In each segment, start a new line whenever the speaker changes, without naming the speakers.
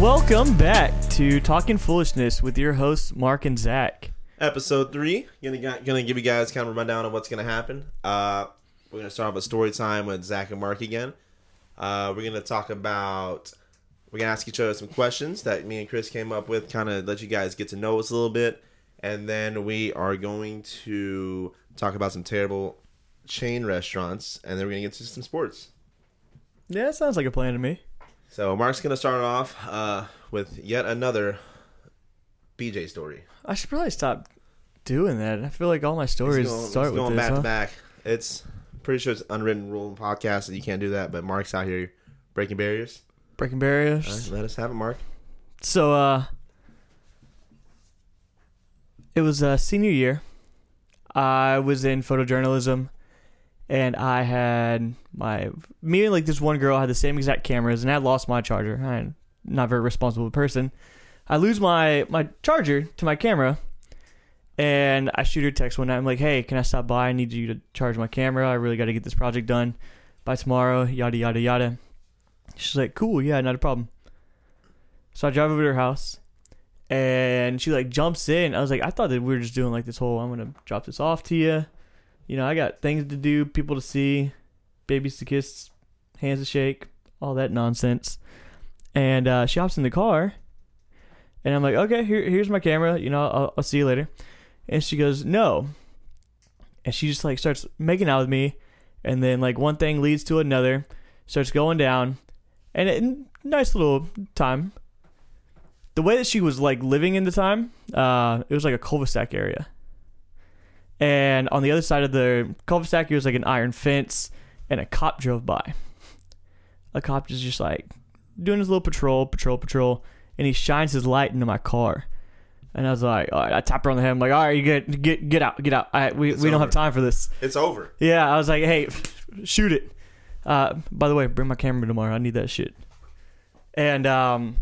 Welcome back to Talking Foolishness with your hosts Mark and Zach.
Episode three. Gonna gonna give you guys kind of a rundown of what's gonna happen. Uh, we're gonna start off with story time with Zach and Mark again. Uh, we're gonna talk about. We're gonna ask each other some questions that me and Chris came up with, kind of let you guys get to know us a little bit, and then we are going to talk about some terrible chain restaurants, and then we're gonna get to some sports.
Yeah, that sounds like a plan to me.
So Mark's gonna start off uh, with yet another BJ story.
I should probably stop doing that. I feel like all my stories
He's going,
start
he's
with
going
this.
back
huh?
to back. It's pretty sure it's unwritten rule in podcasts that you can't do that, but Mark's out here breaking barriers.
Breaking
All
barriers.
right, let us have it, Mark.
So, uh, it was uh, senior year. I was in photojournalism, and I had my me and like this one girl had the same exact cameras, and I lost my charger. I'm not a very responsible person. I lose my my charger to my camera, and I shoot her a text one night. I'm like, "Hey, can I stop by? I need you to charge my camera. I really got to get this project done by tomorrow." Yada yada yada. She's like, "Cool, yeah, not a problem." So I drive over to her house, and she like jumps in. I was like, I thought that we were just doing like this whole I'm gonna drop this off to you. You know, I got things to do, people to see, babies to kiss, hands to shake, all that nonsense. And uh, she hops in the car, and I'm like, okay, here, here's my camera. You know, I'll, I'll see you later. And she goes, no. And she just like starts making out with me, and then like one thing leads to another, starts going down, and it, nice little time the way that she was like living in the time, uh, it was like a cul-de-sac area. And on the other side of the cul-de-sac, it was like an iron fence, and a cop drove by. A cop is just like doing his little patrol, patrol, patrol, and he shines his light into my car. And I was like, all right, I tap her on the head. I'm like, all right, you get get get out, get out. I, we
It's
we don't have
over.
time for this.
It's over.
Yeah, I was like, hey, shoot it. Uh, by the way, bring my camera tomorrow. I need that shit. And um,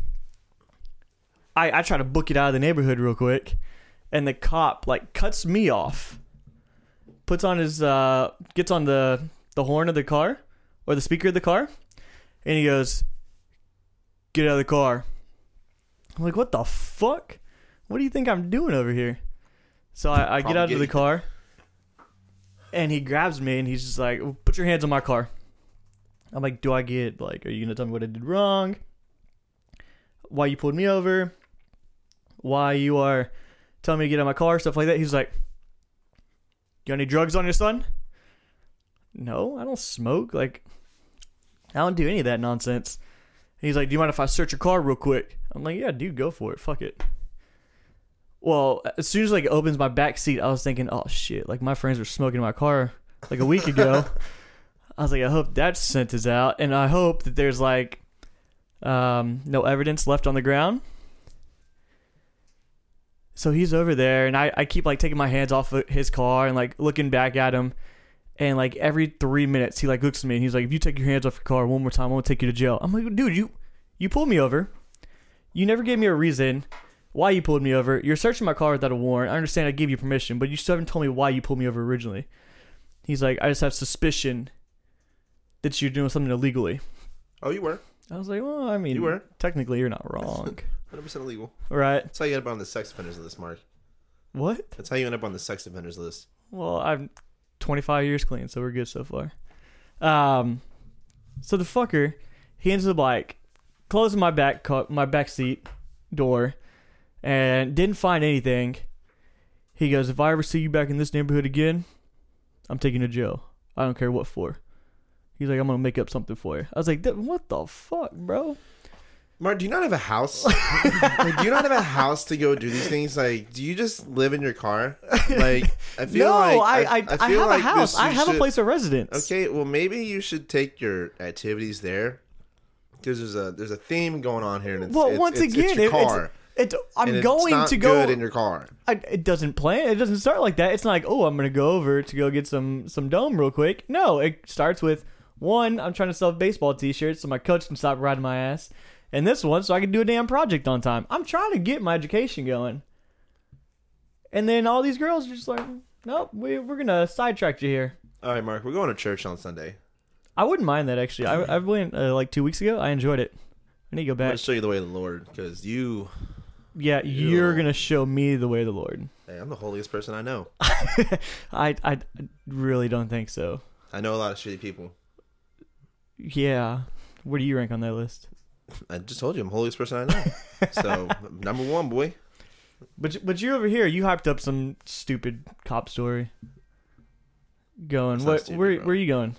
I I try to book it out of the neighborhood real quick, and the cop like cuts me off, puts on his uh, gets on the the horn of the car or the speaker of the car, and he goes, "Get out of the car." I'm like, "What the fuck? What do you think I'm doing over here?" So I, I get out of the car,
Propagate.
and he grabs me, and he's just like, "Put your hands on my car." I'm like, "Do I get like? Are you gonna tell me what I did wrong? Why you pulled me over? Why you are telling me to get out of my car? Stuff like that." He's like, "You got any drugs on your son?" No, I don't smoke. Like, I don't do any of that nonsense. He's like, Do you mind if I search your car real quick? I'm like, Yeah, dude, go for it. Fuck it. Well, as soon as like it opens my back seat, I was thinking, Oh shit, like my friends were smoking in my car like a week ago. I was like, I hope that scent is out, and I hope that there's like um, no evidence left on the ground. So he's over there, and I, I keep like taking my hands off of his car and like looking back at him and like every three minutes he like looks at me and he's like if you take your hands off your car one more time i'm gonna take you to jail i'm like dude you you pulled me over you never gave me a reason why you pulled me over you're searching my car without a warrant i understand i gave you permission but you still haven't told me why you pulled me over originally he's like i just have suspicion that you're doing something illegally
Oh, you were
i was like well i mean
You were.
technically you're not wrong
100 percent illegal.
right
That's how you end up on the sex offenders list, Mark.
what
That's how you end up on the sex offenders list.
Well, I'm 25 years clean, so we're good so far. Um, so the fucker, he ends up like closing my back co- my back seat door, and didn't find anything. He goes, "If I ever see you back in this neighborhood again, I'm taking you to jail. I don't care what for." He's like, "I'm gonna make up something for you." I was like, "Th- "What the fuck, bro?"
Mark, do you not have a house? like, do you not have a house to go do these things? Like, do you just live in your car? Like, I feel
no,
like
I I, I,
feel
have
like
a house.
this-
I
you
have a
should-
place of residence.
Okay, well maybe you should take your activities there because there's a there's a theme going on here. And it's,
Well,
it's-
once
it's-
again,
it's your
it- it's-
car.
it's,
and
I'm
it's
going
not
to go
good in your car.
I, it doesn't plan. It doesn't start like that. It's not like, oh, I'm gonna go over to go get some some dome real quick. No, it starts with one. I'm trying to sell baseball T-shirts so my coach can stop riding my ass, and this one so I can do a damn project on time. I'm trying to get my education going. And then all these girls are just like, nope, we, we're going to sidetrack you here.
All right, Mark, we're going to church on Sunday.
I wouldn't mind that actually. I, I went uh, like two weeks ago. I enjoyed it. I need to go
I'm
back.
going to show you the way of the Lord because you,
Yeah, you're going to show me the way of the Lord.
hey, I'm the holiest person I know.
I, I really don't think so.
I know a lot of shitty people.
Yeah. Where do you rank on that list?
I just told you I'm the holiest person I know. so number one, boy.
But but you over here, you hyped up some stupid cop story. Going
It's not
what?
stupid,
where
bro. Oh.
where are you going?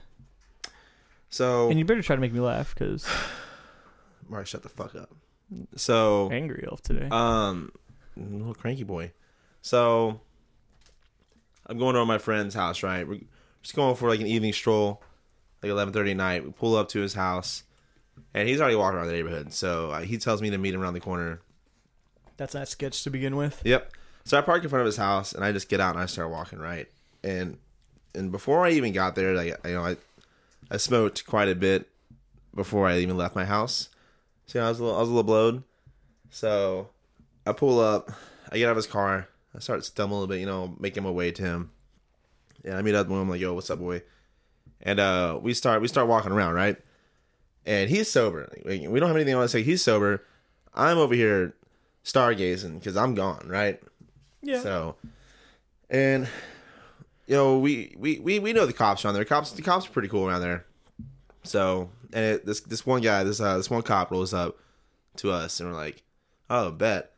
So
And you better try to make me laugh because
Mark, shut the fuck up. So
angry off today.
Um, little cranky boy. So I'm going over my friend's house. Right, we're just going for like an evening stroll, like 11:30 at night. We pull up to his house, and he's already walking around the neighborhood. So uh, he tells me to meet him around the corner.
That's not sketch to begin with.
Yep. So I park in front of his house, and I just get out and I start walking. Right, and and before I even got there, like you know, I I smoked quite a bit before I even left my house. So you know, I was a little, I was a little blowed. So I pull up, I get out of his car, I start stumbling a bit, you know, making my way to him. And I meet up with him, I'm like, yo, what's up, boy? And uh, we start we start walking around, right? And he's sober. Like, We we don't have anything on to say. He's sober. I'm over here stargazing because I'm gone, right?
Yeah.
So, and you know, we we we, we know the cops around there. Cops, the cops are pretty cool around there. So, and it, this this one guy, this uh, this one cop rolls up to us, and we're like, "Oh, bet."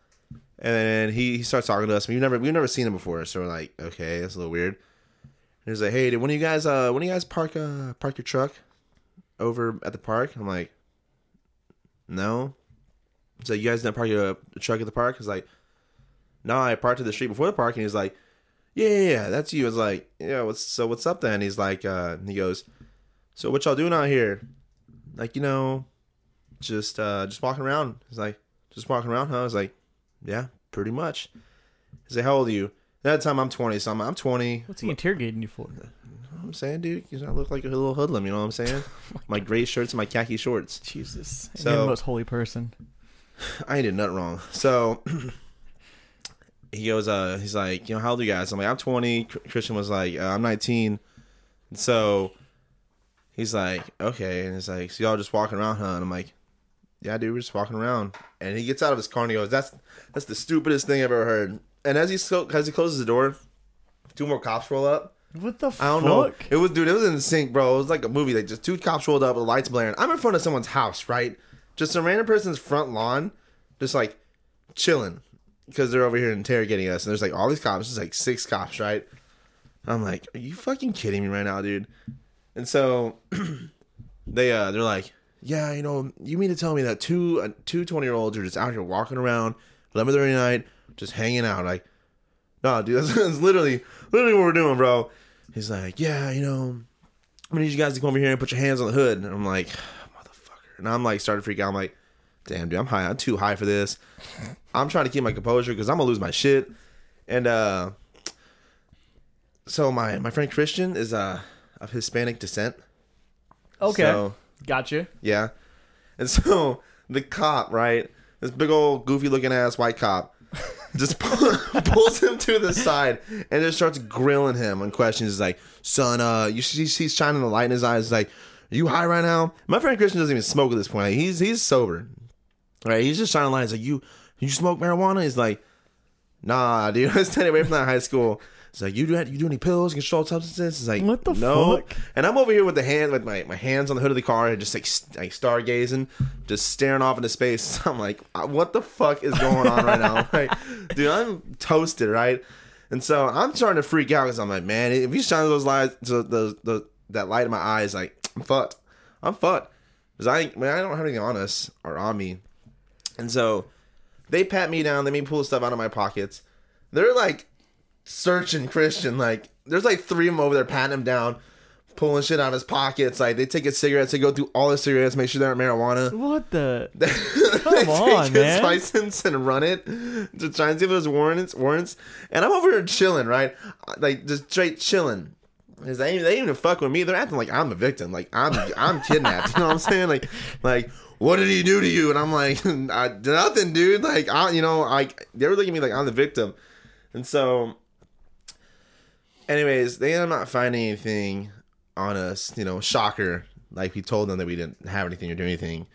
And then he, he starts talking to us. We've never we've never seen him before, so we're like, "Okay, that's a little weird." And he's like, "Hey, did one of you guys uh when you guys park uh park your truck over at the park?" I'm like, "No." He's like, "You guys didn't park your uh, truck at the park?" He's like, no, I parked to the street before the park, and he's like, yeah, yeah, yeah, that's you. I was like, yeah, what's so what's up then? He's like, uh, and he goes, so what y'all doing out here? Like, you know, just uh, just walking around. He's like, just walking around, huh? I was like, yeah, pretty much. He's like, how old are you? At that time, I'm 20, so I'm, I'm 20.
What's he interrogating you for?
You know what I'm saying, dude, you know, I look like a little hoodlum. You know what I'm saying? my gray shirts and my khaki shorts.
Jesus,
So-
You're the most holy person.
I ain't did nothing wrong. So he goes, uh, he's like, you know, how old are you guys? I'm like, I'm 20. Chr- Christian was like, uh, I'm 19. So he's like, okay. And he's like, so y'all just walking around, huh? And I'm like, yeah, dude, we're just walking around. And he gets out of his car and he goes, that's that's the stupidest thing I've ever heard. And as he so, as he closes the door, two more cops roll up.
What the fuck?
I don't know. It was dude. It was in sync, bro. It was like a movie. Like just two cops rolled up with lights blaring. I'm in front of someone's house, right? Just a random person's front lawn, just like chilling because they're over here interrogating us. And there's like all these cops. There's like six cops, right? I'm like, are you fucking kidding me right now, dude? And so they uh they're like, yeah, you know, you mean to tell me that two uh, two 20 year olds are just out here walking around 11:30 at night, just hanging out, like. No, dude, that's, that's literally literally what we're doing, bro. He's like, yeah, you know, I'm gonna need you guys to come over here and put your hands on the hood. And I'm like, motherfucker. And I'm like, starting to freak out. I'm like, damn, dude, I'm high. I'm too high for this. I'm trying to keep my composure because I'm gonna lose my shit. And uh, so my my friend Christian is uh of Hispanic descent.
Okay,
So-
gotcha.
yeah. And so the cop, right? This big old goofy looking ass white cop just pull, pulls him to the side and just starts grilling him on questions. He's like, son, uh, you see, he's shining the light in his eyes. He's like, are you high right now? My friend Christian doesn't even smoke at this point. Like, he's he's sober. Right? He's just shining the light. He's like, you you smoke marijuana? He's like, nah, dude. I was standing away from that high school. He's like, you do you do any pills, controlled substances? He's like,
What the
no.
fuck?
And I'm over here with the hand, with my, my hands on the hood of the car, and just like st- like stargazing, just staring off into space. I'm like, "Uh, what the fuck is going on right now? Like, dude, I'm toasted, right? And so I'm starting to freak out because I'm like, man, if you shine those lights, so those, those that light in my eyes, like I'm fucked, I'm fucked, because I ain't- man, I don't have anything on us or on me. And so they pat me down, let me pull stuff out of my pockets. They're like searching Christian. Like there's like three of them over there patting him down, pulling shit out of his pockets. Like they take his cigarettes, they go through all his cigarettes, make sure they aren't marijuana.
What the?
Come they
on,
take his
man.
license and run it to try and see if there's warrants. Warrants, and I'm over here chilling, right? Like just straight chilling. Cause they, they even fuck with me. They're acting like I'm the victim. Like I'm I'm kidnapped. you know what I'm saying? Like like what did he do to you? And I'm like I did nothing, dude. Like I you know like they were looking at me like I'm the victim, and so. Anyways, they ended up not finding anything on us. You know, shocker. Like we told them that we didn't have anything or do anything,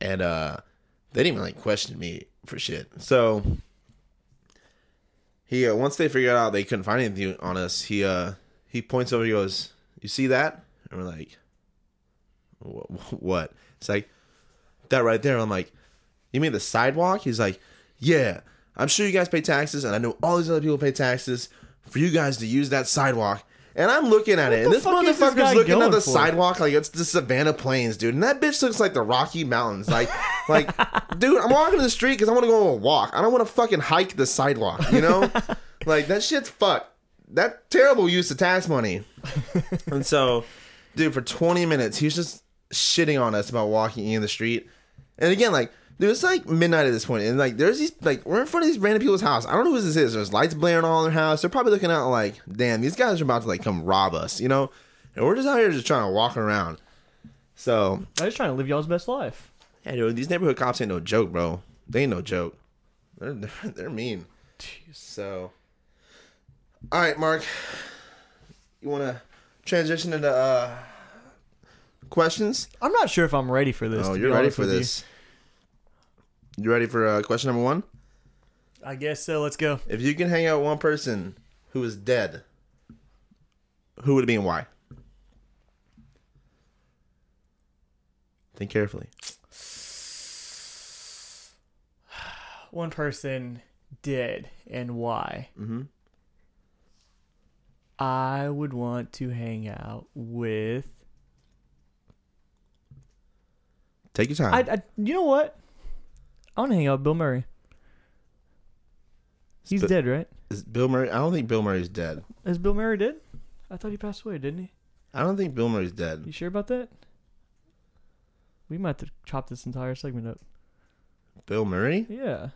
and uh they didn't even like question me for shit. So he uh, once they figured out they couldn't find anything on us, he uh he points over. He goes, "You see that?" And we're like, "Wh- wh- "What?" It's like that right there. I'm like, "You mean the sidewalk?" He's like, "Yeah, I'm sure you guys pay taxes, and I know all these other people pay taxes for you guys to use that sidewalk." And I'm looking at it, and
the
this
fuck is this
motherfucker's
guy
looking at
going
the
for?
sidewalk like it's the Savannah Plains, dude. And that bitch looks like the Rocky Mountains. Like, like, dude, I'm walking to the street because I want to go on a walk. I don't want to fucking hike the sidewalk, you know? like that shit's fucked. That terrible use of tax money. And so, dude, for 20 minutes, he was just shitting on us about walking in the street. And again, like, dude, it's like midnight at this point, and like, there's these like we're in front of these random people's house. I don't know who this is. There's lights blaring all in their house. They're probably looking out like, damn, these guys are about to like come rob us, you know? And we're just out here just trying to walk around. So,
I'm just trying to live y'all's best life.
yeah, dude, these neighborhood cops ain't no joke, bro. They ain't no joke. They're they're, they're mean. So, all right, Mark, you want to transition into uh, questions?
I'm not sure if I'm ready for this.
Oh,
to
you're
be
ready
honest
for
with you.
this. You ready for uh, question number one?
I guess so. Let's go.
If you can hang out with one person who is dead, who would it be and why? Think carefully.
One person did, and why?
Mhm.
I would want to hang out with.
Take your time.
I, I you know what? I want to hang out with Bill Murray. He's
Sp-
dead, right?
Is Bill Murray? I don't think Bill Murray's dead.
Is Bill Murray dead? I thought he passed away, didn't he?
I don't think Bill Murray's dead.
You sure about that? We might have to chop this entire segment up.
Bill Murray? Is
Yeah.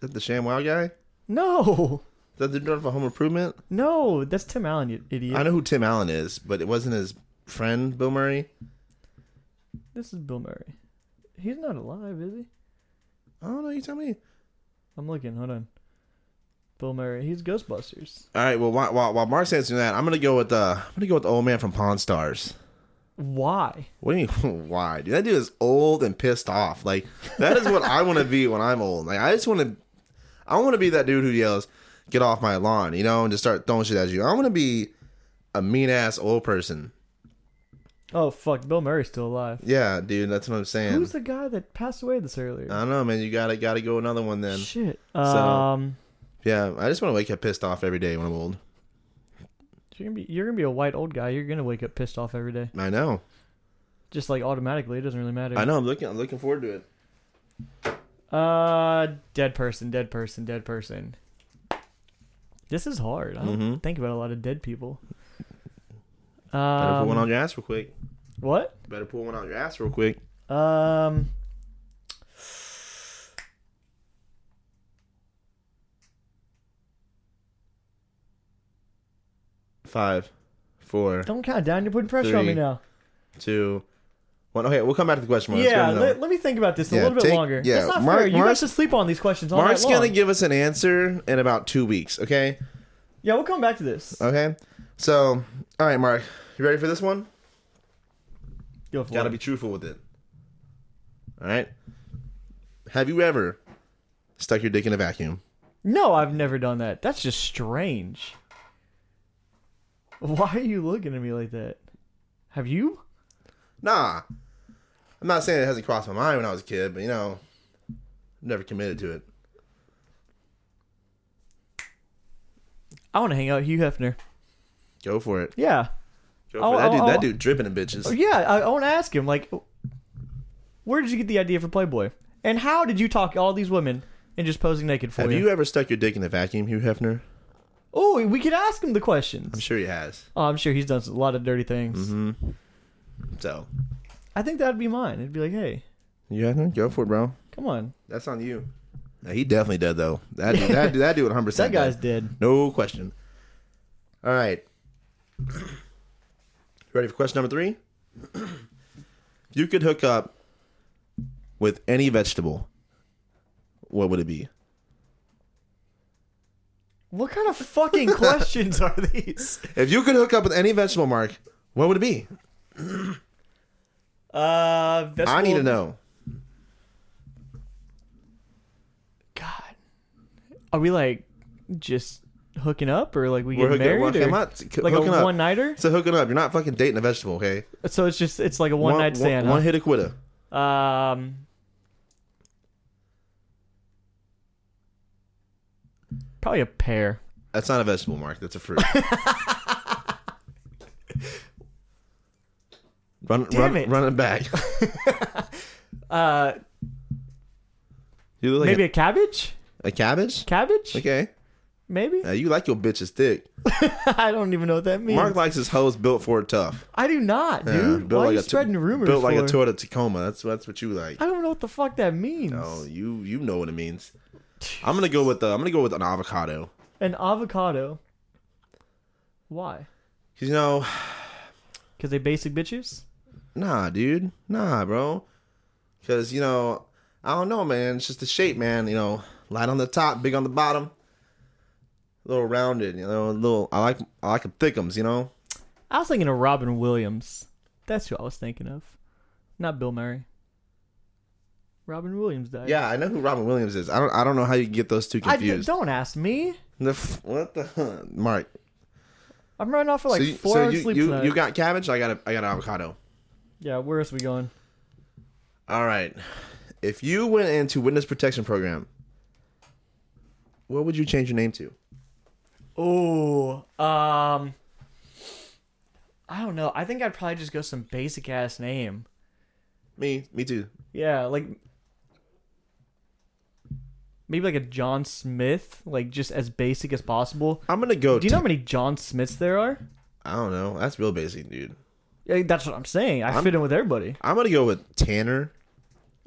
that the ShamWow guy? Is
No,
that the dude for Home Improvement?
no, that's Tim Allen, you idiot.
I know who Tim Allen is, but it wasn't his friend Bill Murray.
This is Bill Murray. He's not alive, is he?
I don't know. You tell me.
I'm looking. Hold on. Bill Murray. He's Ghostbusters.
All right. Well, while while, while Mark's answering that, I'm gonna go with uh, I'm gonna go with the old man from Pawn Stars.
Why?
What do you mean? Why? Dude, that dude is old and pissed off. Like that is what I want to be when I'm old. Like I just want to, I want to be that dude who yells, "Get off my lawn!" You know, and just start throwing shit at you. I want to be a mean ass old person.
Oh fuck, Bill Murray's still alive.
Yeah, dude. That's what I'm saying.
Who's the guy that passed away this earlier?
I don't know, man. You gotta gotta go another one then.
Shit.
Uh, So-
Um,
Yeah, I just want to wake up pissed off every day when I'm old.
you're gonna be you're gonna be a white old guy. You're gonna wake up pissed off every day,
I know.
just like automatically. It doesn't really matter.
I know. I'm looking. I'm looking forward to it.
Uh, dead person, dead person, dead person. This is hard. I don't
Mhm.
think about a lot of dead people.
Better pull one
Um,
on your ass real quick.
what?
Better pull one on your ass real quick.
Um.
Five, four,
Don't count down. You're putting pressure on me
Three.
now.
two, one. Okay, we'll come back to the question. Mark. Let's
yeah,
go to the-
let, let me think about this a
Yeah,
little bit
take-
longer.
yeah,
That's not
Mark-
fair. You guys
Mark's-
should sleep on these questions all
Mark's
night long.
gonna give us an answer in about two weeks. Okay.
yeah, we'll come back to this.
Okay. So, all right, Mark, you ready for this one?
Go for
Gotta
it.
be truthful with it. All right. Have you ever stuck your dick in a vacuum?
No, I've never done that. That's just strange. Why are you looking at me like that? Have you?
Nah. I'm not saying it hasn't crossed my mind when I was a kid, but you know, never committed to it.
I want to hang out with Hugh Hefner.
Go for it.
Yeah.
Go
Oh,
for it. That
oh,
dude,
oh.
that dude dripping in bitches.
Oh, yeah, I, I want to ask him, like, where did you get the idea for Playboy? And how did you talk to all these women and just posing naked for
Have
you?
you ever stuck your dick in a vacuum, Hugh Hefner?
Oh, we could ask him the
I'm Mm-hmm.
questions.
sure he has.
Oh, I'm sure he's done a lot of dirty things.
So,
I think that'd be mine. It'd be like, hey,
Hugh Hefner, go for it, bro.
come on.
That's on you. No, he definitely did though. That dude, that dude, that dude, one hundred
That
percent.
guy's dead.
no question. All right. ready for question number three? if you could hook up with any vegetable, what would it be?
What kind of fucking questions are these?
If you could hook up with any vegetable, Mark, what would it be?
Uh,
I need
vegetable-
to know.
God, are we like just hooking up, or like we get
We're hooking,
married,
hooking
or
up. c-
like a
hooking up.
one nighter?
So hooking up. You're not fucking dating a vegetable, okay?
So it's just it's like a one night stand.
One,
huh?
one hit a quitter.
Um, probably a pear.
That's not a vegetable, Mark. That's a fruit. run,
Damn
run,
it.
run it back.
Uh,
You look like
maybe a cabbage.
a, a cabbage.
Cabbage,
Okay.
maybe.
Uh, you like your bitches thick.
I don't even know what that means.
Mark likes his hoes built for it tough.
I do not,
Yeah,
dude. Why are you
t-
spreading rumors?
Built like a
for?
Toyota Tacoma. That's that's what you like.
I don't know what the fuck that means.
Oh, you you know what it means. I'm gonna go with uh, I'm gonna go with an avocado.
An avocado. Why?
Cause you know,
Because they basic bitches.
Nah, dude. Nah, bro. Cause you know, I don't know, man. It's just the shape, man. You know, light on the top, big on the bottom. A little rounded, you know. A little. I like. I like them thickums, you know.
I was thinking of Robin Williams. That's who I was thinking of, not Bill Murray. Robin Williams died.
Yeah, I know who Robin Williams is. I don't. I don't know how you get those two
I d-
confused.
don't ask me.
The f- what the Mark?
I'm running off for like
so you,
four
so
hours
you,
sleep
you,
tonight.
you got cabbage. I got a, I got avocado.
yeah, where else we going?
All right. If you went into witness protection program, what would you change your name to?
Oh, um, I don't know. I think I'd probably just go some basic ass name.
Me. Me too.
Yeah, like maybe like a John Smith, like just as basic as possible.
I'm gonna go.
Do you know how many John Smiths there are?
I don't know. That's real basic, dude.
Yeah, that's what I'm saying. I fit in with everybody.
I'm gonna go with Tanner.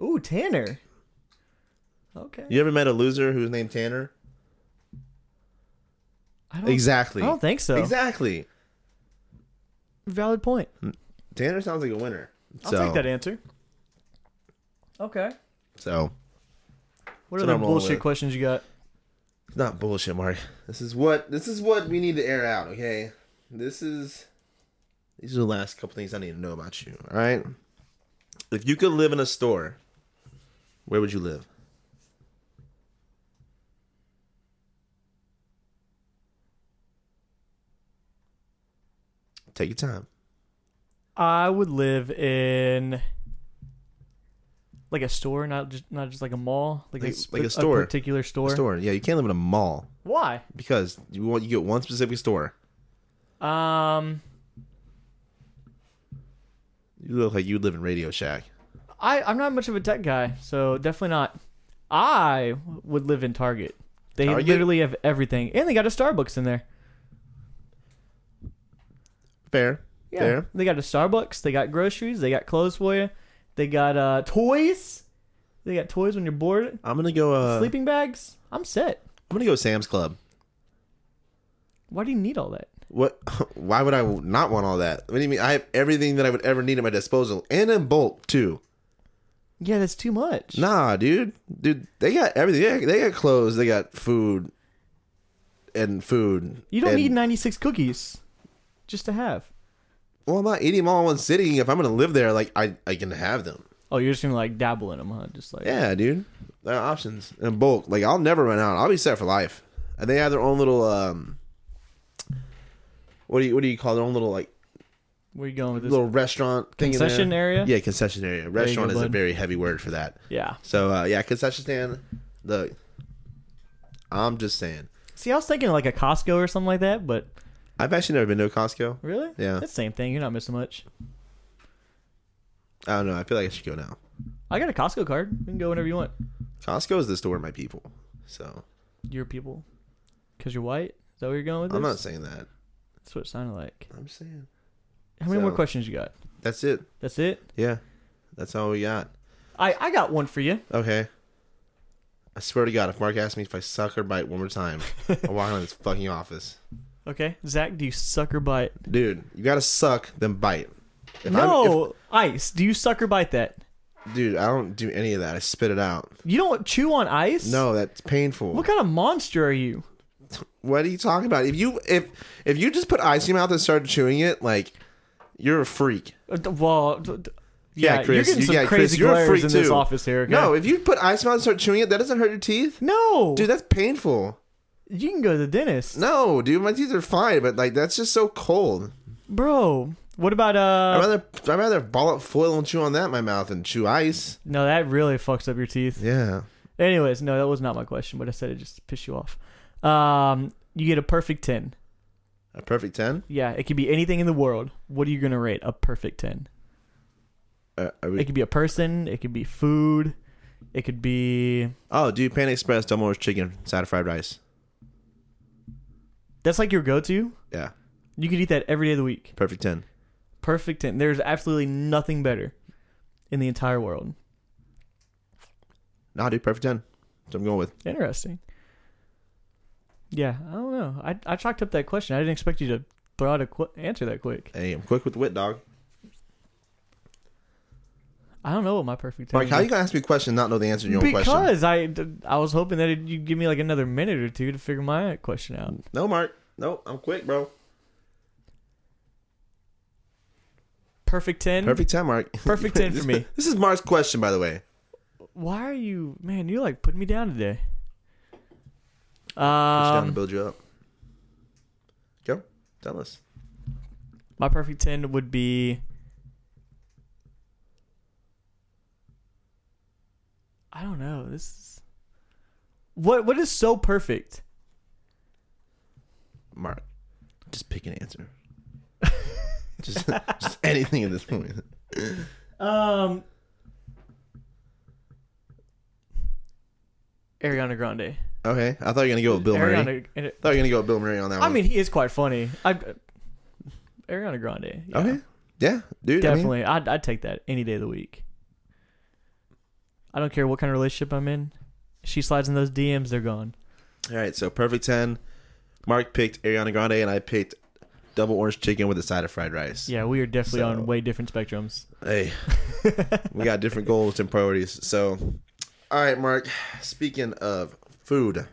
Ooh, Tanner. Okay.
You ever met a loser who's named Tanner?
I don't,
Exactly.
Oh, I don't think so.
Exactly.
Valid point.
Tanner sounds like a winner.
I'll
so,
take that answer. Okay. What
So That's
are
what
the
I'm rolling
bullshit
with.
questions you got?
it's not bullshit, Mark. This is what this is what we need to air out. Okay. This is these are the last couple things I need to know about you. All right. If you could live in a store, where would you live? Take your time.
I would live in like a store, not just not just like a mall, like,
Like-
a, sp-
like a store.
particular store.
Store. Yeah, you can't live in a mall.
Why?
because you want you get one specific store.
Um,
You look like you live in Radio Shack.
I I'm not much of a tech guy, so definitely not. I would live in Target. They
Target?
literally have everything, and they got a Starbucks in there.
Fair,
Yeah.
fair.
They got a Starbucks. They got groceries. They got clothes for you. They got uh, toys. They got toys when you're bored.
I'm gonna go. Uh,
Sleeping bags. I'm set.
I'm gonna go Sam's Club.
Why do you need all that?
What? Why would I not want all that? What do you mean? I have everything that I would ever need at my disposal, and in bulk too.
Yeah, that's too much.
Nah, dude, dude, they got everything. They got, they got clothes. They got food, and food.
you don't
and-
need 96 cookies just to have.
Well, I'm not eating them all in one sitting. If I'm gonna live there, like I, I can have them.
Oh, you're just gonna like dabble in them, huh? Just like
Yeah, dude. There are options in bulk. Like I'll never run out. I'll be set for life. And they have their own little um what do you what do you call their own little like
where you going with this?
little restaurant thing in there.
Concession area?
Yeah, concession area. Restaurant
go,
is a
bud.
very heavy word for that.
yeah.
So uh yeah, concession stand. The I'm just saying.
See, I was thinking like a Costco or something like that, but
I've actually never been to a Costco.
really,
Yeah.
that's the same thing. You're not missing much.
I don't know. I feel like I should go now.
I got a Costco card. You can go whenever you want.
Costco is the store of my people. So
Your people, because you're white. Is that where you're going with this?
I'm not saying that.
That's what it sounded like.
I'm saying
How many more
So-
questions you got?
that's it.
That's it.
Yeah. That's all we got.
I I got one for you.
Okay. I swear to God, if Mark asks me if I suck or bite one more time, I'm walking out of this fucking office.
Okay, Zach, do you sucker bite?
Dude, you gotta suck, then bite. If I'm-
no, ice. Do you sucker bite that?
if- dude, I don't do any of that. I spit it out.
You don't chew on ice?
No, that's painful.
What kind of monster are you?
What are you talking about? If you if if you just put ice in your mouth and started chewing it, like you're a freak.
Uh, d- Well, d- d-
Yeah,
you're
Chris,
getting
you-
some
yeah,
crazy
Chris, you're a
glares
freak
in this
too.
office here. okay?
No, if you put ice in your mouth and start chewing it, that doesn't hurt your teeth,
no,
dude. That's painful.
you can go to the dentist,
No, dude, my teeth are fine, but like that's just so cold.
bro. What about
I'd
uh?
rather I'd rather ball up foil and chew on that in my mouth and chew ice.
No, that really fucks up your teeth.
Yeah.
Anyways, no, that was not my question, but I said it just to piss you off. Um, you get a perfect 10.
A perfect ten.
Yeah, it could be anything in the world. What are you going to rate a perfect 10?
Uh, are we-
It could be a person, it could be food, it could be.
oh, dude, Pan Express double orange chicken, side of fried rice.
That's like your go to.
Yeah,
You could eat that every day of the week.
perfect ten.
Perfect 10. There's absolutely nothing better in the entire world.
Nah, dude, perfect ten. So I'm going with.
Interesting. Yeah, I don't know. I, I chalked up that question. I didn't expect you to throw out a qu- answer that quick.
Hey, I'm quick with the wit, dog.
I don't know what my perfect 10
Mark,
is.
how you gonna ask me a question and not know the answer to your own question?
because I, I was hoping that it, you'd give me like another minute or two to figure my question out.
No, Mark. No, I'm quick, bro.
Perfect ten.
Perfect ten, Mark.
Perfect 10 for me.
This is Mark's question, by the way.
Why are you, man? You're like putting me down today.
Push down to
Um,
build you up. Go. Tell us.
my perfect ten would be. I don't know. This is what what is so perfect.
Mark, just pick an answer. just, just anything at this point.
Um, Ariana Grande.
Okay. I thought you were gonna go with Bill Murray. I
Ariana, and it-
thought you were gonna go with Bill Murray on that
I
one.
mean, he is quite funny. I, Ariana Grande. yeah.
Okay. Oh, Yeah, dude. I mean,
Definitely. I'd, I'd take that any day of the week. I don't care what kind of relationship I'm in. She slides in those DMs, they're gone.
all right, so perfect ten. Mark picked Ariana Grande and I picked double orange chicken with a side of fried rice.
Yeah, we are definitely
So-
on way different spectrums.
Hey, we got different goals and priorities. So, all right, Mark. Speaking of food,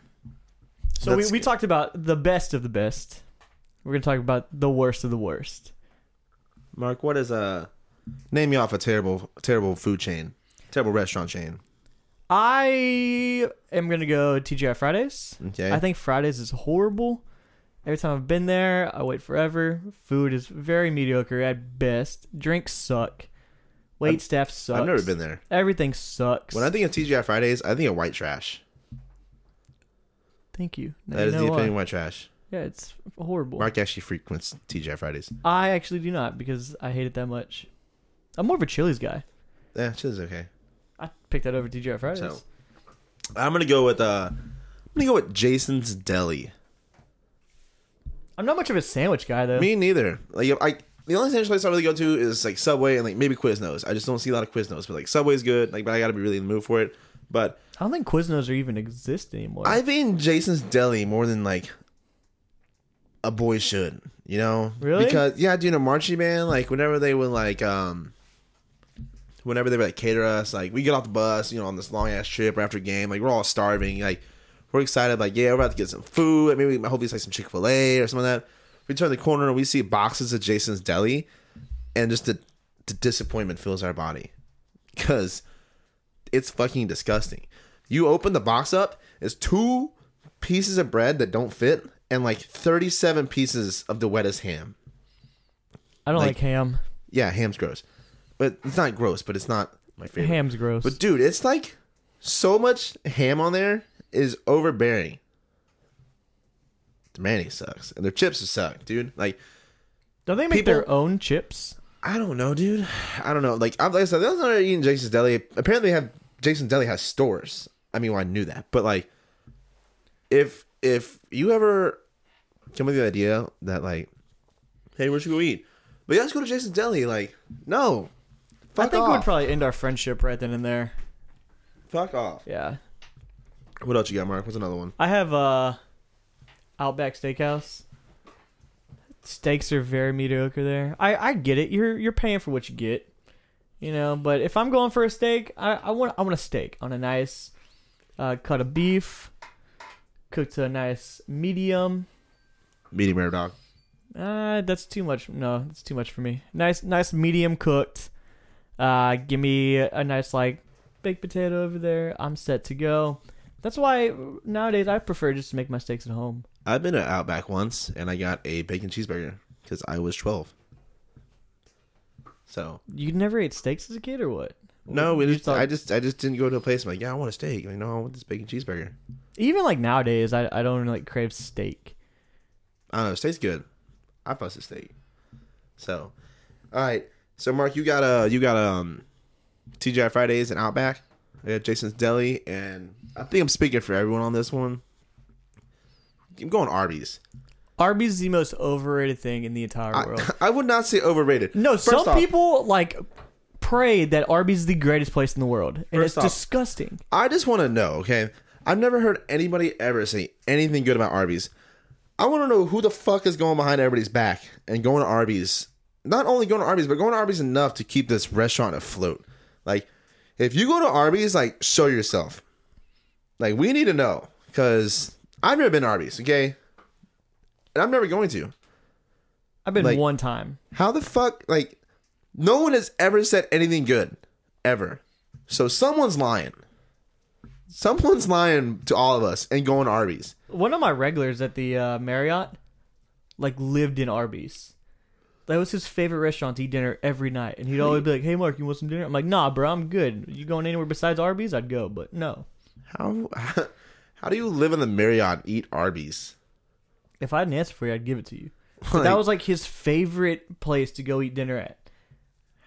So we,
That's
we
good.
talked about the best of the best. We're going to talk about the worst of the worst.
Mark, what is a name me off a terrible, terrible food chain, terrible restaurant chain?
I am going to go TGI Fridays.
Okay,
I think Fridays is horrible. Every time I've been there, I wait forever. Food is very mediocre at best. Drinks suck. Wait staff sucks.
I've never been there.
Everything sucks.
When I think of TGI Fridays, I think of white trash.
Thank you. Now
That
you
is
know
the
why.
opinion of white trash.
Yeah, it's horrible.
Mark actually frequents TGI Fridays.
I actually do not because I hate it that much. I'm more of a Chili's guy.
Yeah, chill Eh, is okay.
I picked that over TGI Fridays.
So- I'm gonna go with uh, I'm gonna go with Jason's Deli.
I'm not much of a sandwich guy though.
Me neither. Like if I the only sandwich place I really go to is like Subway and like maybe Quiznos. I just don't see a lot of Quiznos, but like Subway's good. Like, but I gotta be really in the mood for it. But
I don't think Quiznos are even exist anymore.
I've eaten Jason's Deli more than like a boy should, you know?
Really?
Because yeah, dude, a marching band, like whenever they would like um whenever they would like cater us, like we get off the bus, you know, on this long ass trip or after a game, like we're all starving, like we're excited, like, yeah, we're about to get some food, like, maybe hopefully it's like some Chick fil A or some of that. We turn the corner and we see boxes of Jason's Deli and just the, the disappointment fills our body. Cause it's fucking disgusting. You open the box up, it's two pieces of bread that don't fit and like 37 pieces of the wettest ham.
I don't like,
like-
ham.
Yeah, ham's gross. But it's not gross, but it's not my favorite.
Ham's gross.
But dude, it's like so much ham on there is overbearing. The mayonnaise sucks and their chips suck, dude. Like
don't they make
people-
their own chips?
I don't know, dude. I don't know. Like, I'm, like I said, the other time I was eating Jason's Deli. Apparently, they have Jason's Deli has stores. I mean, well, I knew that, but like, if if you ever come with the idea that like, hey, where should we go eat? But yeah, let's go to Jason's Deli. Like, no, fuck
I think
off.
we'd probably end our friendship right then and there.
fuck off.
Yeah.
What else you got, Mark? What's another one?
I have uh Outback Steakhouse. stakes are very mediocre there. I, I get it. You're you're paying for what you get, you know. But if I'm going for a steak, I, I want I want a steak on a nice uh, cut of beef, cooked to a nice medium.
Medium rare dog.
Uh, that's too much. No, that's too much for me. Nice nice medium cooked. Uh, give me a nice like baked potato over there. I'm set to go. That's why nowadays I prefer just to make my steaks at home.
I've been at Outback once, and I got a bacon cheeseburger because I was twelve. So
You never ate steaks as a kid or what?
no, we
You
just,
thought-
I just I just didn't go to a place. I'm like, yeah, I want a steak. Like, no, I want this bacon cheeseburger.
even like nowadays, I, I don't like crave steak.
I don't know. Steak's good. I fuss with steak. So, all right. So, Mark, you got a you got um, TGI Fridays and Outback. I got Jason's Deli, and I think I'm speaking for everyone on this one. I'm going Arby's.
Arby's is the most overrated thing in the entire
I,
world.
I would not say overrated.
No,
First
some
off,
people like pray that Arby's is the greatest place in the world, and it's
First off-
disgusting.
I just want to know. Okay, I've never heard anybody ever say anything good about Arby's. I want to know who the fuck is going behind everybody's back and going to Arby's. Not only going to Arby's, but going to Arby's enough to keep this restaurant afloat. Like, if you go to Arby's, like, show yourself. Like, we need to know because I've never been to Arby's, okay? And I'm never going to.
I've been
Like-
one time.
How the fuck, like, no one has ever said anything good, ever. So someone's lying. Someone's lying to all of us and going to Arby's.
One of my regulars at the uh, Marriott, like lived in Arby's. That was his favorite restaurant to eat dinner every night, and he'd always be like, "Hey, Mark, you want some dinner?" I'm like, "Nah, bro, I'm good. You going anywhere besides Arby's? I'd go, but no.
How how do you live in the Marriott and eat Arby's?
If I had an answer for you, I'd give it to you." But that
Like-
was like his favorite place to go eat dinner at.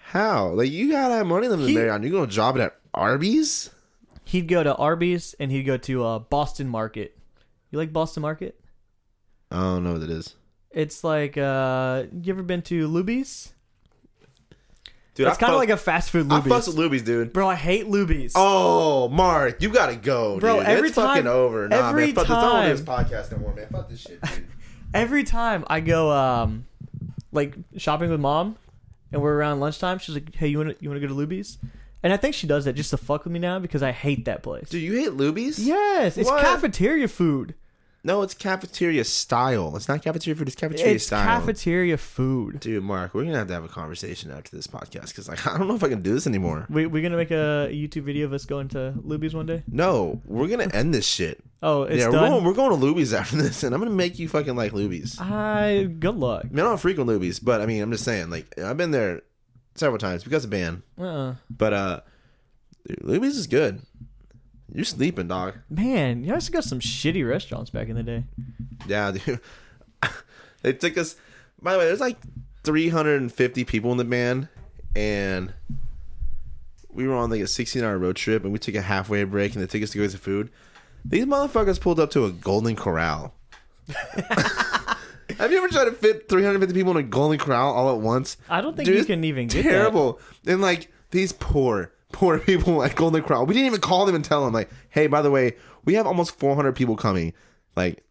How? Like you gotta have money to live in the
He-
Marriott. You're gonna job it at Arby's?
he'd go to Arby's and he'd go to uh, Boston Market. You like Boston Market?
I don't know what it is.
It's like uh, you ever been to Luby's?
Dude,
it's kind of like a fast food
I
Luby's.
fuss with Luby's, dude.
Bro, I hate Luby's.
Oh, Mark, you gotta go,
Bro,
dude.
every
it's fucking
time-
over. Nah,
every
man, fuck this. I don't wanna do
time.
this podcast no more, man. Fuck this shit, dude.
Every time I go um, like shopping with mom, and we're around lunchtime, she's like, "Hey, you want to you want to go to Luby's?" And I think she does that just to fuck with me now because I hate that place.
Do you hate Luby's?
yes, it's
What?
cafeteria food.
No, it's cafeteria style. It's not cafeteria food. It's cafeteria
It's
style.
cafeteria food.
Dude, Mark, we're gonna have to have a conversation after this podcast because like I don't know if I can do this anymore.
We we gonna make a YouTube video of us going to Luby's one day.
No, we're gonna end this shit.
Oh, it's
yeah,
done. Ah.
we're going, we're going to Luby's after this, and I'm gonna make you fucking like Luby's. I
I good luck.
mean, I don't frequent Luby's, but I mean, I'm just saying, like, I've been there several times because of ban,
Uh-uh.
but uh, dude, Luby's is good. You're sleeping, dog.
Man, you guys got some shitty restaurants back in the day.
Yeah, dude. they took us. By the way, there's like 350 people in the band, and we were on like a 16 hour road trip, and we took a halfway break, and they took us to go get some food. These motherfuckers pulled up to a Golden Corral. Have you ever tried to fit 350 people in a Golden Corral all at once?
I don't think
Dude,
you
it's
can even get
terrible. And like these poor, poor people at Golden Corral. We didn't even call them and tell them like, hey, by the way, we have almost 400 people coming, like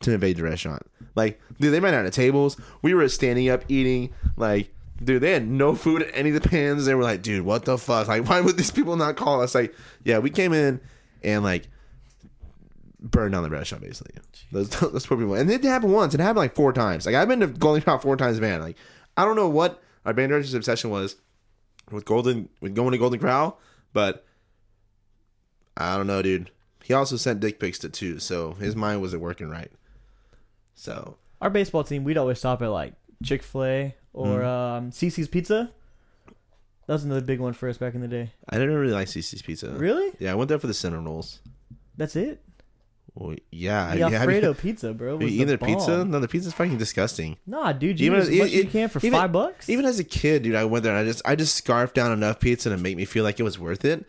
to invade the restaurant. Like, dude, they ran out of tables. We were standing up eating. Like, dude, they had no food in any of the pans. They were like, dude, what the fuck? Like, why would these people not call us? Like, yeah, we came in and like burned down the restaurant basically. Those those poor people. And it happened once. It happened like four times. Like I've been to Golden Corral four times, man. Like I don't know what our band director's obsession was with Golden with going to Golden Corral, but I don't know, dude. He also sent dick pics to two, so his mind wasn't working right. So
Our baseball team, we'd always stop at like Chick Fil A
Mm-hmm.
or um, CC's Pizza. That was another big one for us back in the day.
I didn't really like CC's Pizza.
Really?
Yeah, I went there for the cinnamon rolls.
That's it.
Well, yeah,
The
Uh, yeah. have
Alfredo
you-
pizza, bro.
have
Was
you eaten
the
their pizza?
bomb.
No, the pizza's fucking disgusting.
Nah, dude, you
Even
eat as
as-
much as you
even-
can for
even- e-
five bucks.
Even as a kid, dude, I went there and I just I just scarfed down enough pizza to make me feel like it was worth it,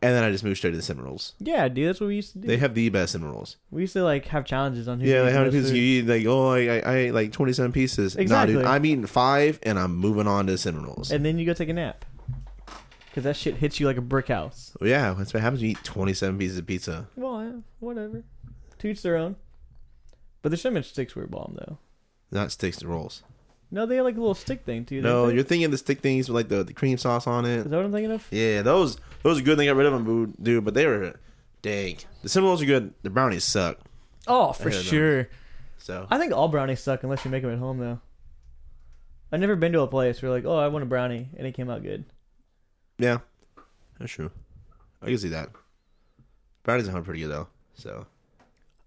and then I just moved straight to the cinnamon rolls.
yeah, dude, that's what we used to do.
They have the best cinnamon rolls.
we used to like have challenges on who.
Yeah,
could
like
eat
how
the
many
most
pieces
food.
you eat? Like, oh, I, I, I ate like twenty seven pieces.
Exactly.
Nah, dude, I'm eating five and I'm moving on to cinnamon rolls.
and then you go take a nap because that shit hits you like a brick house.
yeah, that's what happens. when You eat twenty seven pieces of pizza.
Well, yeah, whatever. To each their own. But the cinnamon sticks were bomb though.
Not sticks and rolls.
No, they had like a little stick thing too. didn't
No,
they?
you're thinking the stick things with like the, the cream sauce on it.
Is that what I'm thinking of?
Yeah, those those are good. They got rid of them, dude. But they were dang. The cinnamon are good. The brownies suck.
Oh, for
I heard of
sure.
So
I think all brownies suck unless you make them at home though. I've never been to a place where like, oh, I want a brownie and it came out good.
yeah, that's true. I can see that. Brownies are pretty good though. So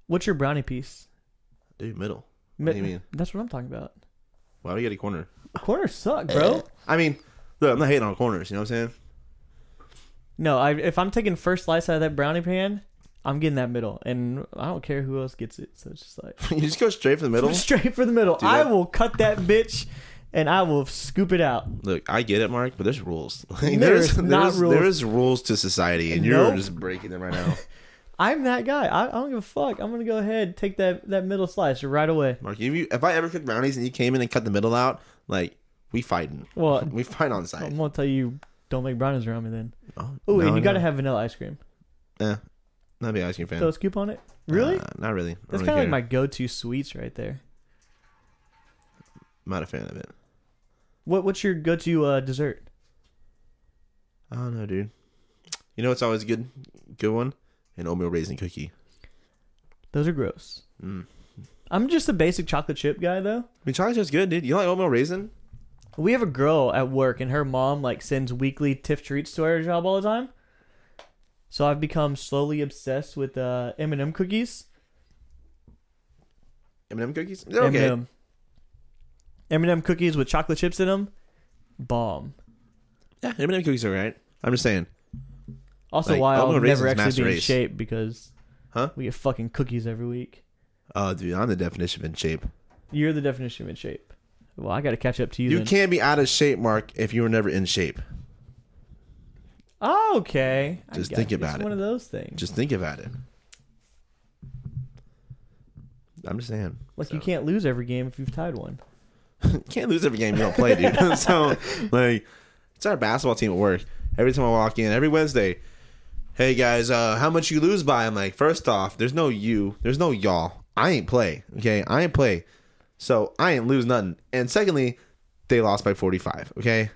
What's your brownie piece?
dude, middle. What do you mean?
That's what I'm talking about.
Why we get a corner?
Corners suck, bro.
I mean, look, I'm not hating on corners. You know what I'm saying?
No, I, if I'm taking first slice out of that brownie pan, I'm getting that middle, and I don't care who else gets it. So it's just like
you just go straight for the middle.
straight for the middle.
Dude,
I
that-
will cut that bitch, and I will scoop it out.
Look, I get it, Mark, but there's rules. Like,
There's
there's
not
there's,
rules.
there's rules to society, and you're
Nope.
just breaking them right now.
I'm that guy. I, I don't give a fuck. I'm gonna go ahead and take that that middle slice right away.
Mark, if you if I ever cooked brownies and you came in and cut the middle out, like we fighting,
Well,
we fight on
I'm
site.
gonna tell you, don't make brownies around me then.
Oh,
Oh,
no,
and you
no.
gotta have vanilla ice cream.
Eh, not be an ice cream fan.
Throw a scoop on it. Really?
Nah, not really. I don't
That's
really
kind of like my
care.
go-to sweets right there.
I'm not a fan of it.
What What's your go-to uh, dessert?
I don't know, dude. You know what's always a good, good one? An oatmeal raisin cookie.
Those are gross.
Mm.
I'm just a basic chocolate chip guy though.
I mean, chocolate's just good, dude. You like oatmeal raisin?
We have a girl at work, and her mom like sends weekly Tiff treats to her job all the time. So I've become slowly obsessed with uh, M&M cookies.
M&M cookies? They're okay.
M&M. M&M cookies with chocolate chips in them, bomb.
Yeah, M&M cookies are right. I'm just saying.
Also,
Like,
why I'll
Alma
never
Raisin's
actually
Master
be in
Ace.
shape because
Huh?
we get fucking cookies every week.
Oh, dude, I'm the definition of in shape.
You're the definition of in shape. Well, I got to catch up to you.
You
then.
can't be out of shape, Mark, if you were never in shape.
Oh, okay. I
Just
got
think
you.
about
it's
it.
One of those things.
Just think about it. I'm just saying.
like you
So-
can't lose every game if you've tied one.
can't lose every game you don't play, dude. so like it's our basketball team at work. Every time I walk in, every Wednesday, hey guys, uh, how much you lose by? I'm like, first off, there's no you, there's no y'all. I ain't play. Okay, I ain't play. So I ain't lose nothing. And secondly, they lost by 45. Okay,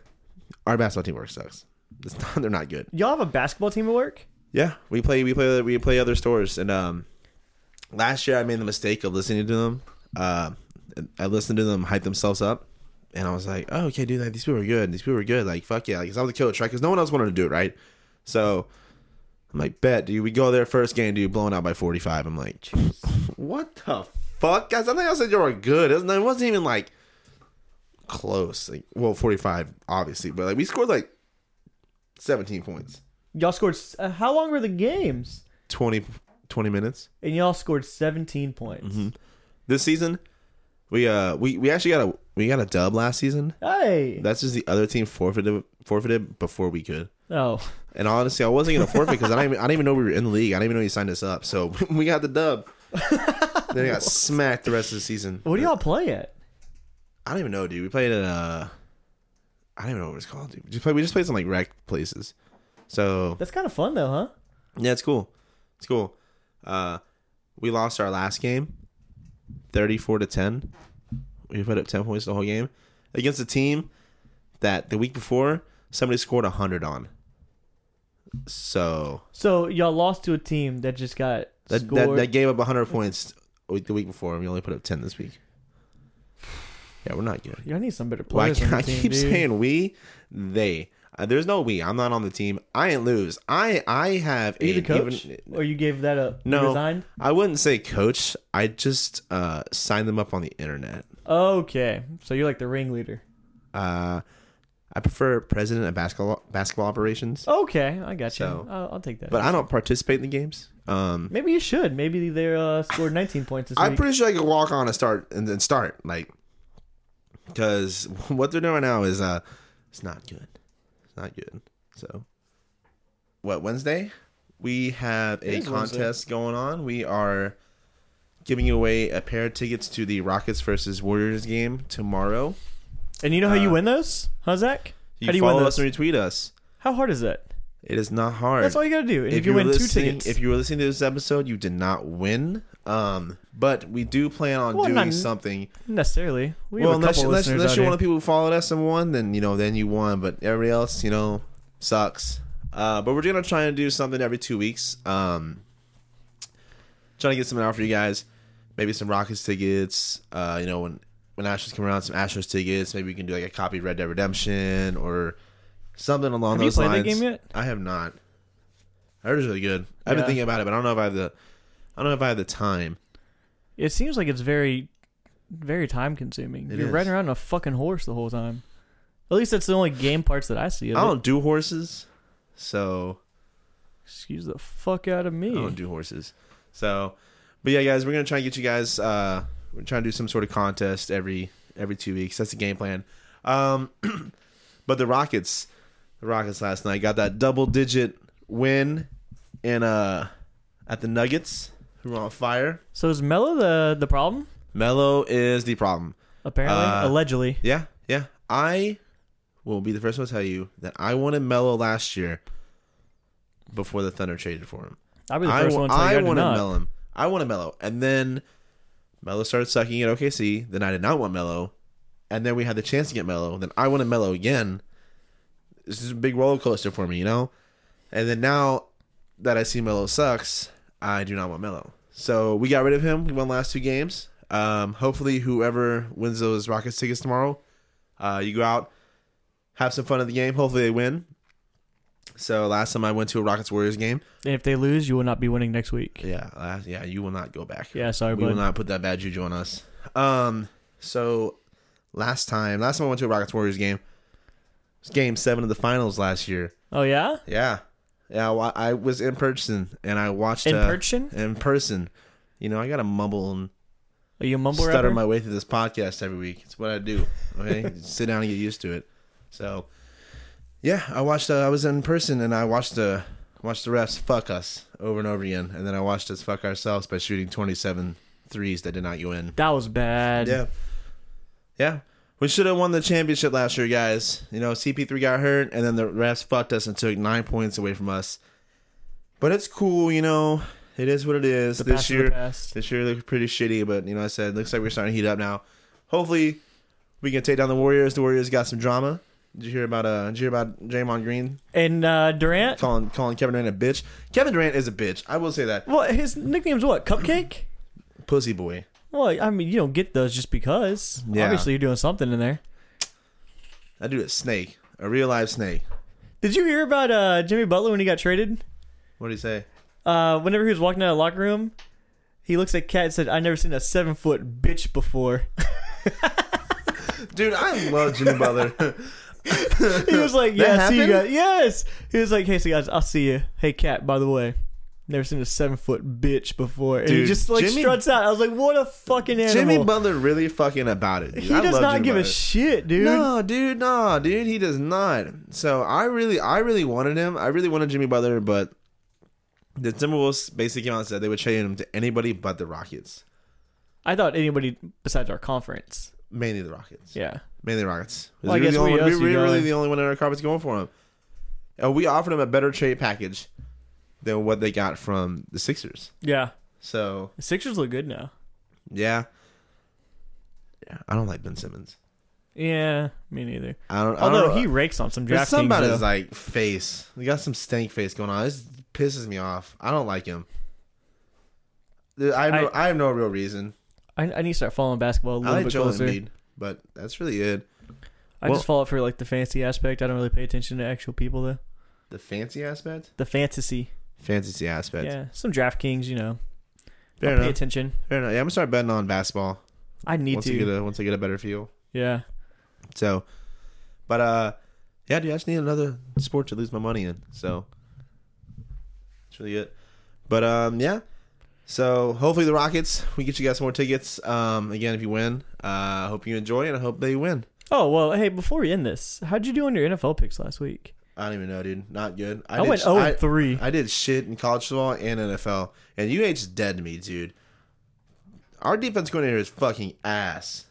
our basketball team at work sucks. It's not, they're not good.
Y'all have a basketball team at work?
Yeah, we play we play we play other stores, and um, last year I made the mistake of listening to them. Uh, I listened to them hype themselves up, and I was like, "Oh, okay, dude, like, these people are good. These people are good. Like, fuck yeah!" Like, 'cause I was the coach, right? Because no one else wanted to do it, right? So I'm like, "Bet, dude, we go there first game, dude, blown out by 45." I'm like, "What the fuck, guys? I think I said you were good. It wasn't- it wasn't even like close. Like, well, 45, obviously, but like we scored like 17 points,
Y'all scored. s- Uh, how long were the games?
20, 20 minutes."
And y'all scored 17 points.
Mm-hmm. this season we uh we, we actually got a we got a dub last season
Hey.
that's just the other team forfeited forfeited before we could
oh,
and honestly i wasn't gonna forfeit because i didn't even, i didn't even know we were in the league i didn't even know you signed us up so we got the dub then I got smacked the rest of the season
what do y'all play at?
i don't even know dude we played at uh i don't even know what it's called dude we just played, we just played some like rec places so
That's kind of fun though, huh?
yeah it's cool it's cool uh we lost our last game 34 to 10 we put up 10 points the whole game against a team that the week before somebody scored 100 on so
So y'all lost to a team that just got
that, that,
scored.
that gave up 100 points the week before and we only put up 10 this week yeah we're not good
y'all need some better
well, I,
players. on your
I
team,
keep
dude.
saying we they Uh, there's no we i'm not on the team i ain't lose i i have
Are you the
a-
coach?
even-
or you gave that up? You
No.
Resigned?
I wouldn't say coach. I just uh, signed them up on the internet.
Okay. So you're like the ringleader.
Uh, I prefer president of basketball basketball
Oh.
operations,
Okay. I got you.
So-
I'll, I'll take that.
but I don't participate in the games. Um,
Maybe you should. Maybe they uh, scored 19 points this
I'm
week.
pretty sure I could walk on and start and then start like, because what they're doing now is uh, it's not good. It's not good. So, what Wednesday? We have
It
a
is Wednesday.
contest going on. We are giving away a pair of tickets to the Rockets versus Warriors game tomorrow.
and you know how you
uh,
win those, huh, Zach?
You
how do you win
follow
those?
us and retweet us.
How hard is that?
It is not hard.
That's all you gotta do. And if, you
were
win two
listening-
tickets,
If you were listening to this episode, you did not win. Um, but we do plan on
Well,
doing
not-
something.
necessarily, we
well,
have a
unless,
couple
unless,
listeners
unless
out
you're
here.
one of the people who followed us and won, then you know, then you won. But everybody else, you know, sucks. Uh, but we're gonna try and do something every two weeks. Um, trying to get something out for you guys. Maybe some Rockets tickets. Uh, you know, when when Astros come around, some Astros tickets. Maybe we can do like a copy of Red Dead Redemption or something along
Have you
those
played
lines.
that game yet?
I have not. I heard it's really good. I've been
Yeah.
thinking about it, but I don't know if I have the, I don't know if I have the time.
It seems like it's very, very time consuming.
It
You're
is.
riding around on a fucking horse the whole time. At least that's the only game parts that I see. Of
I
it.
don't do horses, so
Excuse the fuck out of me.
I don't do horses. So, but yeah, guys, we're gonna try and get you guys. Uh, we're trying to do some sort of contest every every two weeks. That's the game plan. Um, but the Rockets, the Rockets last night got that double digit win in uh at the Nuggets, who were on fire.
so is Mello the the problem?
Melo is the problem.
Apparently,
Uh,
allegedly.
Yeah, yeah. I will be the first one to tell you that I wanted Melo last year before the Thunder traded for him.
I'll be the
I
first
wa-
one to tell you I,
I
did
wanted
not.
Melo. I wanted Melo, and then Melo started sucking at OKC. Then I did not want Melo, and then we had the chance to get Melo. Then I wanted Melo again. This is a big roller coaster for me, you know. And then now that I see Melo sucks, I do not want Melo. So we got rid of him. We won last two games. Um, hopefully, whoever wins those Rockets tickets tomorrow, uh, you go out, have some fun at the game. Hopefully, they win. So last time I went to a Rockets Warriors game,
And if they lose, you will not be winning next week.
yeah, uh, yeah, you will not go back.
Yeah, sorry,
we will
bud.
not put that bad juju on us. Um, so last time, last time I went to a Rockets Warriors game, it was Game Seven of the Finals last year.
Oh yeah,
Yeah, yeah, well, I was in person and I watched
in
uh,
Perchin?
in person. You know, I gotta mumble and
Are you a mumble
stutter
rapper?
my way through this podcast every week. It's what I do. Okay, sit down and get used to it. So, yeah, I watched. Uh, I was in person and I watched the watched the refs fuck us over and over again, and then I watched us fuck ourselves by shooting 27 threes that did not go in.
that was bad.
Yeah, yeah. We should have won the championship last year, guys. You know, CP3 got hurt, and then the refs fucked us and took nine points away from us. But it's cool, you know. It is what it is.
The
this
past of
year,
the past.
this year looked pretty shitty, but you know, I said looks like we're starting to heat up now. Hopefully, we can take down the Warriors. The Warriors got some drama. Did you hear about uh? Did you hear about Draymond Green
And uh, Durant.
calling calling Kevin Durant a bitch? Kevin Durant is a bitch. I will say that.
Well, his nickname's what? Cupcake.
Pussy boy.
Well, I mean, you don't get those just because.
Yeah.
Obviously, you're doing something in there.
That dude is a snake, a real live snake.
Did you hear about uh, Jimmy Butler when he got traded?
What do you say?
Uh, whenever he was walking out of the locker room, he looks at Cat and said, "I never seen a seven foot bitch before."
Dude, I love Jimmy Butler.
he was like,
That
"Yeah, see you
happened?
guys." Yes, he was like, "Hey, see you guys, I'll see you." Hey, Cat, by the way, never seen a seven foot bitch before, and he
Dude,
just like
Jimmy-
struts out. I was like, "What a fucking animal!"
Jimmy Butler really fucking about it. Dude.
he
I
does
love
not
Jimmy
give a
Butler.
shit, dude.
No, dude, no, dude, he does not. So I really, I really wanted him. I really wanted Jimmy Butler, but the Timberwolves basically came out and said they would trade him to anybody but the Rockets,
I thought anybody besides our conference.
mainly the Rockets,
Yeah,
mainly the Rockets.
Well, I
we were
guess
the only
where
one-
else
we
you
were really
going?
the only one in our conference going for him. And we offered him a better trade package than what they got from the Sixers.
yeah.
So
The Sixers look good now.
yeah, yeah, I don't like Ben Simmons.
Yeah, me neither.
I don't. I
Although
don't,
he rakes on some
There's
draft
something
teams.
about
though.
his like face. He got some stank face going on. This pisses me off. I don't like him. There- I have, no, I have no real reason.
I, I need to start following basketball a
I
little
like
bit
Joel
closer.
Embiid, but that's really it.
I
Well-
just follow it for like the fancy aspect. I don't really pay attention to actual people though.
The fancy aspect,
The fantasy,
fantasy aspect.
yeah, some DraftKings, you know,
fair
I'll pay
enough.
attention.
Fair enough. Yeah, I'm gonna start betting on basketball
I need
once I
to.
get a once I get a better feel.
yeah,
So, but uh, yeah, dude, I just need another sport to lose my money in. So that's really it. But um, yeah. So hopefully the Rockets, we get you guys some more tickets. Um, again, if you win, uh, I hope you enjoy and I hope they win.
Oh well, hey, before we end this, how'd you do on your NFL picks last week?
I don't even know, dude. Not good.
I,
did
went
sh-
zero
I-
and three.
I did shit in college football and NFL, and UH is dead to me, dude. Our defense coordinator is fucking ass.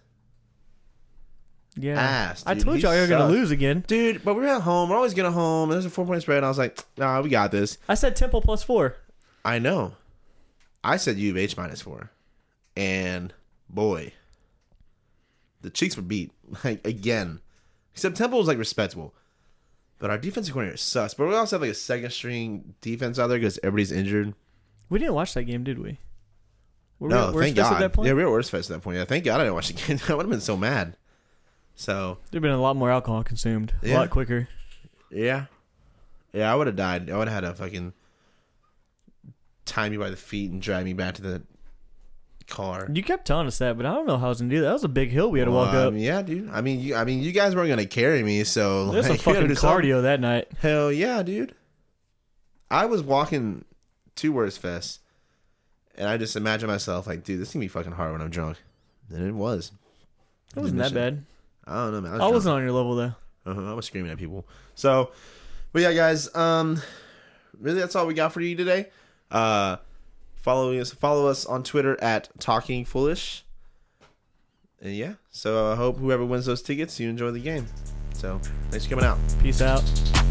Yeah.
ass.
I
dude.
told
He
y'all you're gonna
sucked.
lose again.
dude. But we're at home. We're always gonna home. There's a four point spread. And I was like, nah, we got this.
I said Temple plus four.
I know. I said U of H minus four, and boy, the cheeks were beat like again. Except Temple was like respectable, but our defensive coordinator sucks. But we also have like a second string defense out there because everybody's injured.
We didn't watch that game, did we? Were
no,
we worse
thank
fits
God.
at that point?
Yeah, we were worse fest at that point. Yeah, thank God I didn't watch the game. I would have been so mad. So
There'd been a lot more alcohol consumed.
Yeah.
A lot quicker.
yeah, yeah, I would have died. I would have had to fucking tie me by the feet and drag me back to the car.
You kept telling us that, but I don't know how I was gonna do that. That was a big hill we had to walk up.
Well, um, yeah, dude. I mean, you, I mean, you guys weren't gonna carry me, so
There's some
like, you gotta
fucking cardio
do something.
that night.
Hell yeah, dude. I was walking to Words Fest, and I just imagined myself like, dude, this is gonna be fucking hard when I'm drunk. And it was.
It wasn't that bad.
I don't know, man. I was,
I
drunk.
wasn't on your level though.
Uh-huh, I was screaming at people. So, but yeah, guys. Um, really, that's all we got for you today. Uh, follow us. Follow us on Twitter at Talking Foolish. And yeah, so I hope whoever wins those tickets, you enjoy the game. So, thanks for coming out.
Peace out.